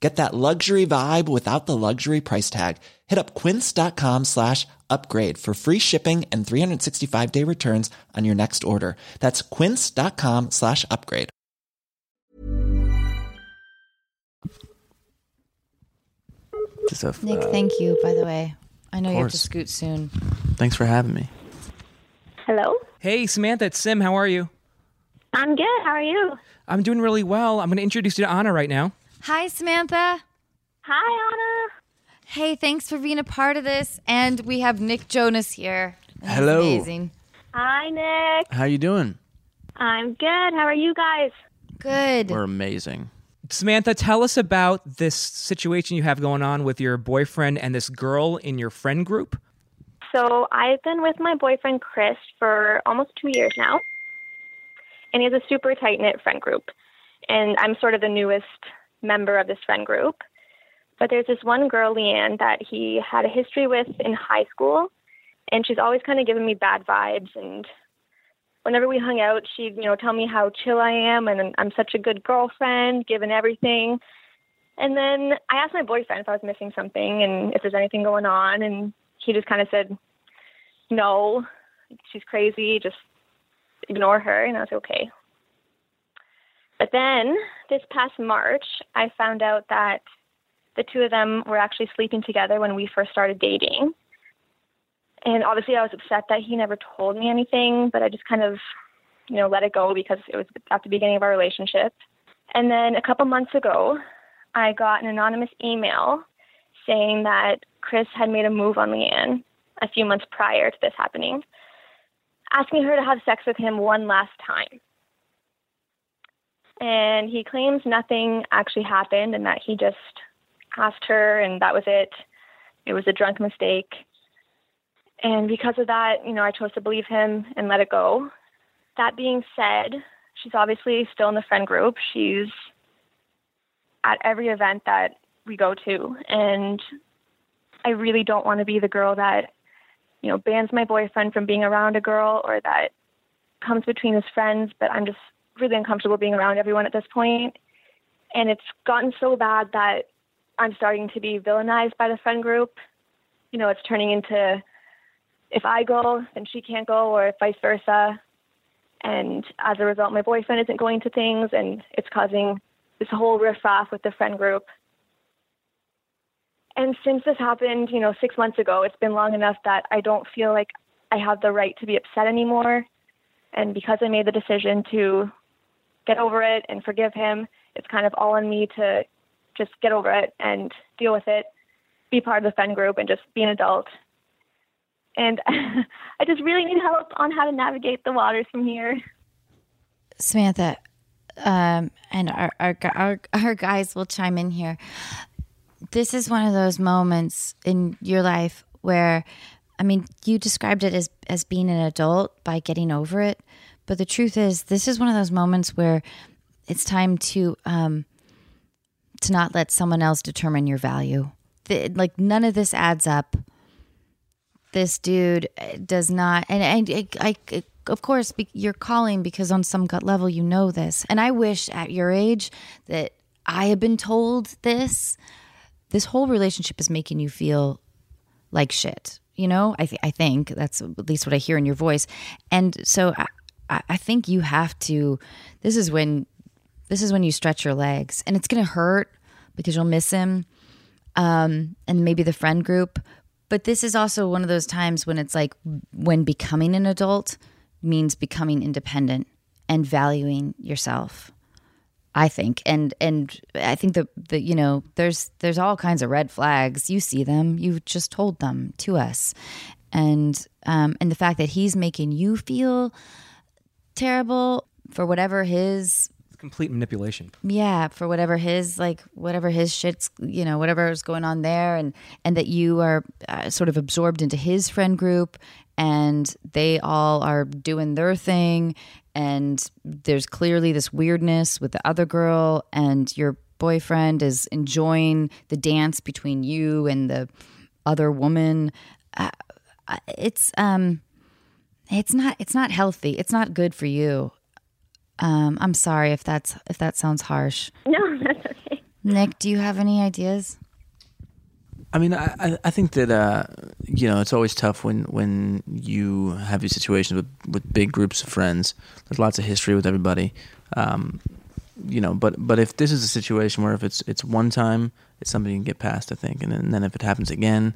Get that luxury vibe without the luxury price tag. Hit up quince.com slash upgrade for free shipping and 365 day returns on your next order. That's quince.com slash upgrade.
Just a-
Nick,
uh,
thank you. By the way, I know you have to
course.
scoot soon.
Uh, thanks for having me.
Hello.
Hey, Samantha, it's Sim. How are you?
I'm good. How are you?
I'm doing really well. I'm going to introduce you to Anna right now.
Hi, Samantha.
Hi, Anna.
Hey, thanks for being a part of this. And we have Nick Jonas here. He's
Hello.
Amazing.
Hi, Nick.
How you doing?
I'm good. How are you guys?
Good.
We're amazing.
Samantha, tell us about this situation you have going on with your boyfriend and this girl in your friend group.
So I've been with my boyfriend Chris for almost two years now, and he has a super tight knit friend group, and I'm sort of the newest member of this friend group. But there's this one girl, Leanne, that he had a history with in high school, and she's always kind of giving me bad vibes. And whenever we hung out, she'd you know tell me how chill I am and I'm such a good girlfriend, given everything. And then I asked my boyfriend if I was missing something and if there's anything going on, and he just kind of said, no, she's crazy. Just ignore her. And I was like, okay. But then this past March, I found out that the two of them were actually sleeping together when we first started dating. And obviously, I was upset that he never told me anything, but I just kind of, you know, let it go because it was at the beginning of our relationship. And then a couple months ago, I got an anonymous email saying that Chris had made a move on Leanne a few months prior to this happening, asking her to have sex with him one last time. And he claims nothing actually happened and that he just asked her and that was it. It was a drunk mistake. And because of that, you know, I chose to believe him and let it go. That being said, she's obviously still in the friend group. She's at every event that we go to. And I really don't want to be the girl that you know, bans my boyfriend from being around a girl or that comes between his friends, but I'm just really uncomfortable being around everyone at this point. And it's gotten so bad that I'm starting to be villainized by the friend group. You know, it's turning into if I go, then she can't go, or vice versa. And as a result, my boyfriend isn't going to things, and it's causing this whole riffraff with the friend group. And since this happened, you know, six months ago, it's been long enough that I don't feel like I have the right to be upset anymore. And because I made the decision to get over it and forgive him, it's kind of all on me to just get over it and deal with it, be part of the friend group, and just be an adult. And I just really need help on how to navigate the waters from here.
Samantha, um, and our, our gu- our our guys will chime in here. This is one of those moments in your life where, I mean, you described it as as being an adult by getting over it, but the truth is, this is one of those moments where it's time to um, to not let someone else determine your value. The, like none of this adds up this dude uh, does not and, and I, I of course be, you're calling because on some gut level you know this and i wish at your age that i had been told this this whole relationship is making you feel like shit you know i, th- I think that's at least what i hear in your voice and so I, I I think you have to this is when this is when you stretch your legs and it's gonna hurt because you'll miss him um, and maybe the friend group. But this is also one of those times when it's like when becoming an adult means becoming independent and valuing yourself. I think, and and I think that the you know there's there's all kinds of red flags. You see them. You just told them to us, and um, and the fact that he's making you feel terrible for whatever his
It's complete manipulation.
yeah for whatever his like whatever his shit's you know whatever is going on there and and that you are uh, sort of absorbed into his friend group and they all are doing their thing and there's clearly this weirdness with the other girl and your boyfriend is enjoying the dance between you and the other woman uh, uh, it's um it's not it's not healthy it's not good for you um, I'm sorry if that's if that sounds harsh.
No, that's okay.
Nick, do you have any ideas?
I mean, I, I- I think that uh, you know it's always tough when when you have these situations with with big groups of friends. There's lots of history with everybody, um, you know. But but if this is a situation where if it's it's one time, it's something you can get past, I think. And then, and then if it happens again,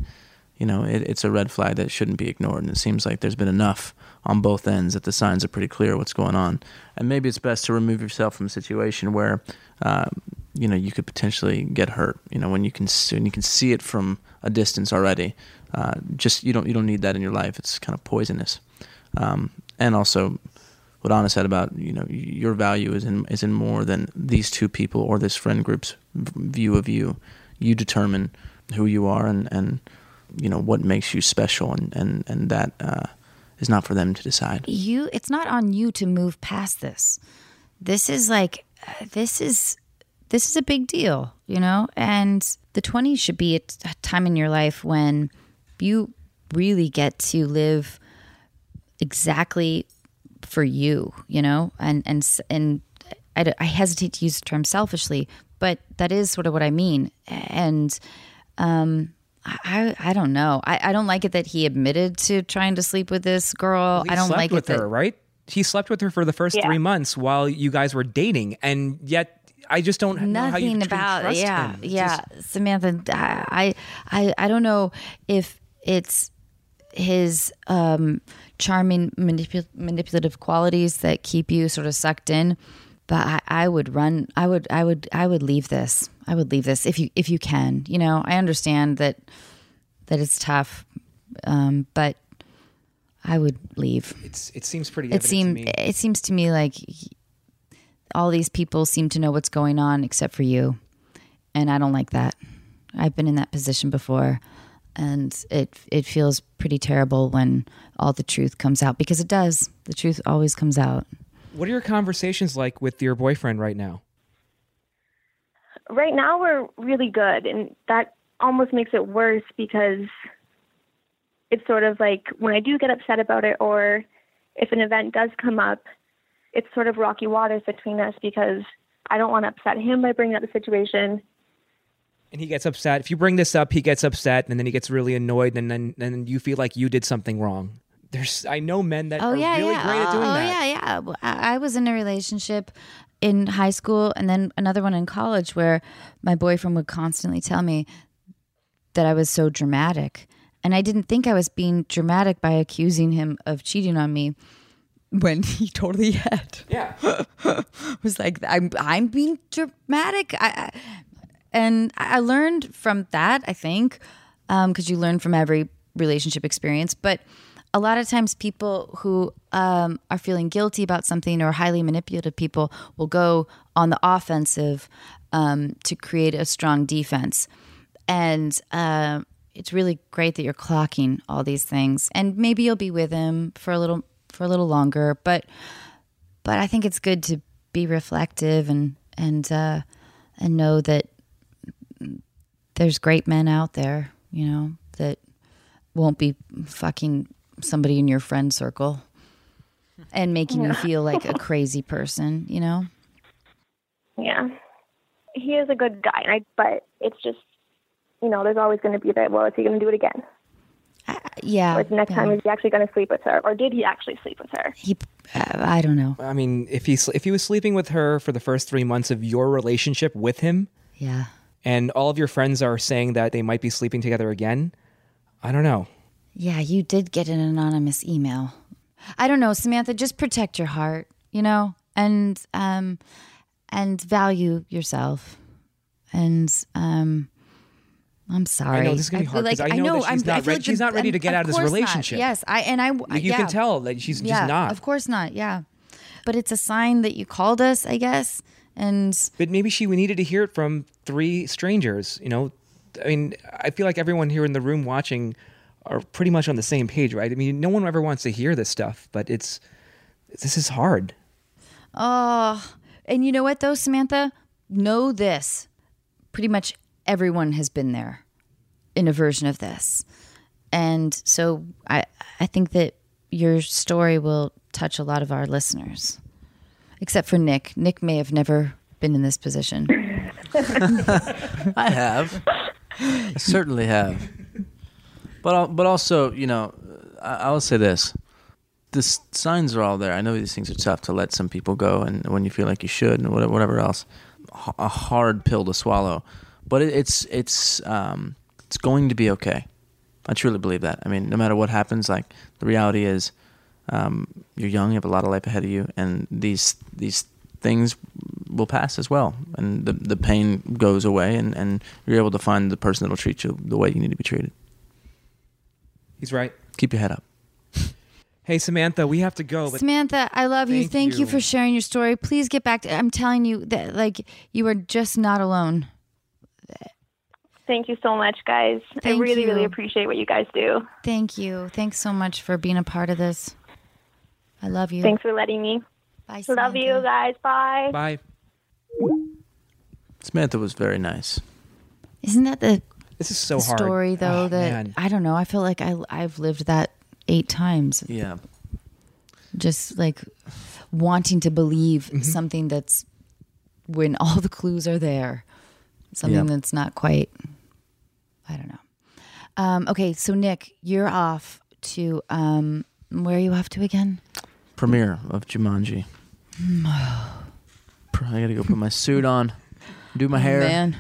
you know, it, it's a red flag that shouldn't be ignored. And it seems like there's been enough on both ends that the signs are pretty clear what's going on. And maybe it's best to remove yourself from a situation where, uh, you know, you could potentially get hurt. You know, when you can see, when you can see it from a distance already, uh, just you don't you don't need that in your life. It's kind of poisonous. Um, and also, what Anna said about you know your value is in is in more than these two people or this friend group's v- view of you. You determine who you are and and you know what makes you special, and and and that uh, is not for them to decide.
You it's not on you to move past this. This is like uh, this is this is a big deal, you know? And the 20s should be a t- a time in your life when you really get to live exactly for you, you know, and and s- and I, d- I hesitate to use the term selfishly, but that is sort of what I mean. And um, I I I don't know. I, I don't like it that he admitted to trying to sleep with this girl.
He
I don't
slept
like
with
it
her,
that
right? He slept with her for the first
Yeah.
three months while you guys were dating, and yet I just don't know how you
nothing
can
about
trust
yeah
him. It's
yeah
just-
Samantha. I I I don't know if it's his um, charming manipul- manipulative qualities that keep you sort of sucked in. But I, I would run. I would. I would. I would leave this. I would leave this if you if you can. You know, I understand that that it's tough, um, but I would leave
it's, it seems pretty.
it
evident to
seems
me.
it seems to me like he- all these people seem to know what's going on except for you and i don't like that i've been in that position before and it it feels pretty terrible when all the truth comes out because it does the truth always comes out
What are your conversations like with your boyfriend right now?
Right now, we're really good, and that almost makes it worse because it's sort of like when I do get upset about it or if an event does come up, it's sort of rocky waters between us because I don't want to upset him by bringing up the situation.
And he gets upset. If you bring this up, he gets upset, and then he gets really annoyed, and then then you feel like you did something wrong. There's I know men that
oh
are
yeah,
really
yeah.
great at doing
oh,
that.
yeah, yeah. Well, I I was in a relationship in high school and then another one in college where my boyfriend would constantly tell me that I was so dramatic. And I didn't think I was being dramatic by accusing him of cheating on me when he totally had.
Yeah.
was like I'm I'm being dramatic. I, I and I learned from that. I think because you learn from every relationship experience, but a lot of times people who um, are feeling guilty about something or highly manipulative people will go on the offensive um, to create a strong defense and uh, it's really great that you're clocking all these things and maybe you'll be with him for a little for a little longer but but I think it's good to be reflective and and uh, and know that there's great men out there, you know, that won't be fucking somebody in your friend circle and making you feel like a crazy person, you know.
Yeah. He is a good guy, and I, but it's just, you know, there's always going to be that, well, is he going to do it again?
Yeah.
Like, next
yeah.
time, is he actually going to sleep with her? Or did he actually sleep with her?
he, uh, I I don't know.
I mean, if he sl- if he was sleeping with her for the first three months of your relationship with him,
Yeah.
and all of your friends are saying that they might be sleeping together again, I don't know.
Yeah, you did get an anonymous email. I don't know, Samantha, just protect your heart, you know, and um and value yourself. And um I'm sorry.
this is gonna be
feel
hard 'cause I know that she's not
I feel
ready-
the-
she's not ready to
um,
get out of this
course not.
relationship.
Yes, I and I you
You can tell that she's
yeah,
just not.
Of course not. Yeah. But it's a sign that you called us, I guess. And
But maybe she we needed to hear it from three strangers. You know, I mean, I feel like everyone here in the room watching are pretty much on the same page, right? I mean, no one ever wants to hear this stuff, but it's this is hard.
Oh, and you know what though, Samantha? Know this. Pretty much everyone has been there in a version of this. And so I I think that your story will touch a lot of our listeners. Except for Nick. Nick may have never been in this position.
I have. I certainly have. But al- but also, you know, I, I'll say this: the s- signs are all there. I know these things are tough to let some people go, and when you feel like you should, and whatever, whatever else, H- a hard pill to swallow. But it, it's it's um, it's going to be okay. I truly believe that. I mean, no matter what happens, like the reality is, um, you're young. You have a lot of life ahead of you, and these these things will pass as well. And the the pain goes away, and and you're able to find the person that'll treat you the way you need to be treated.
He's right.
Keep your head up.
Hey Samantha, we have to go. Oh, But
Samantha, I love you.
Thank
Thank you.
you.
for sharing your story. Please get back to I'm telling you that like you are just not alone.
Thank you so much, guys. I
Thank
really,
you.
really appreciate what you guys do.
Thank you. Thanks so much for being a part of this. I love you.
Thanks for letting me.
Bye.
Love
Samantha.
you guys. Bye.
bye.
Samantha was very nice.
Isn't that the
This is so hard.
story though
Oh,
that
man.
I don't know. I feel like I I've lived that eight times.
Yeah.
Just like wanting to believe
Mm-hmm.
something that's when all the clues are there. Something
Yeah.
that's not quite I don't know. Um, okay, so Nick, you're off to um where are you off to again?
Premiere of Jumanji. Pr- I gotta go put my suit on, do my hair.
Oh, Man.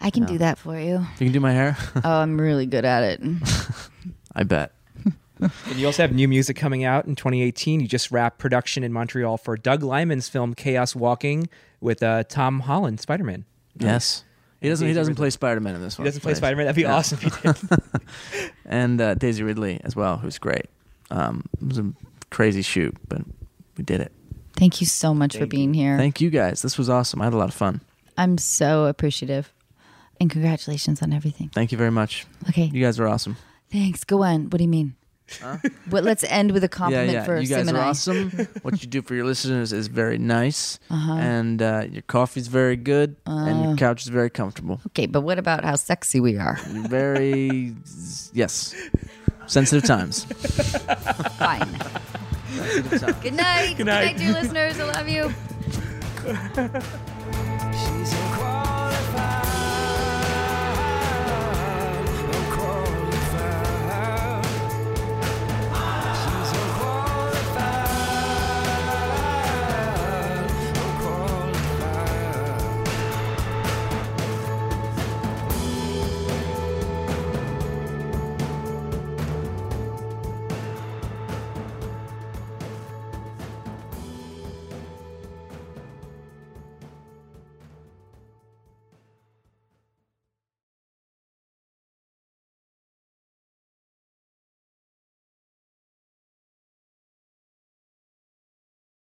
I can
Yeah.
do that for you.
You can do my hair.
Oh, I'm really good at it.
I bet.
And you also have new music coming out in 2018. You just wrapped production in Montreal for Doug Lyman's film Chaos Walking with uh, Tom Holland, Spider Man.
Yes. He doesn't. He
Daisy
doesn't
Ridley.
play Spider Man in this
He
one.
doesn't play
Plays-
Spider Man. That'd be
Yeah.
awesome if he did.
and uh, Daisy Ridley as well, who's great. Um, it was a crazy shoot, but we did it.
Thank you so much for being here.
Thank you guys. This was awesome. I had a lot of fun.
I'm so appreciative. And congratulations on everything.
Thank you very much.
Okay.
You guys are awesome.
Thanks. Go on. What do you mean? What? Let's end with a compliment
yeah, yeah.
for
you
Sim
guys
and
are
I.
awesome. what you do for your listeners is very nice, and uh, your coffee's very good, and your couch is very comfortable.
Okay, but what about how sexy we are?
You're very yes, sensitive times.
Fine. Good night.
Good night.
Good night, dear listeners. I love you.
She's a choir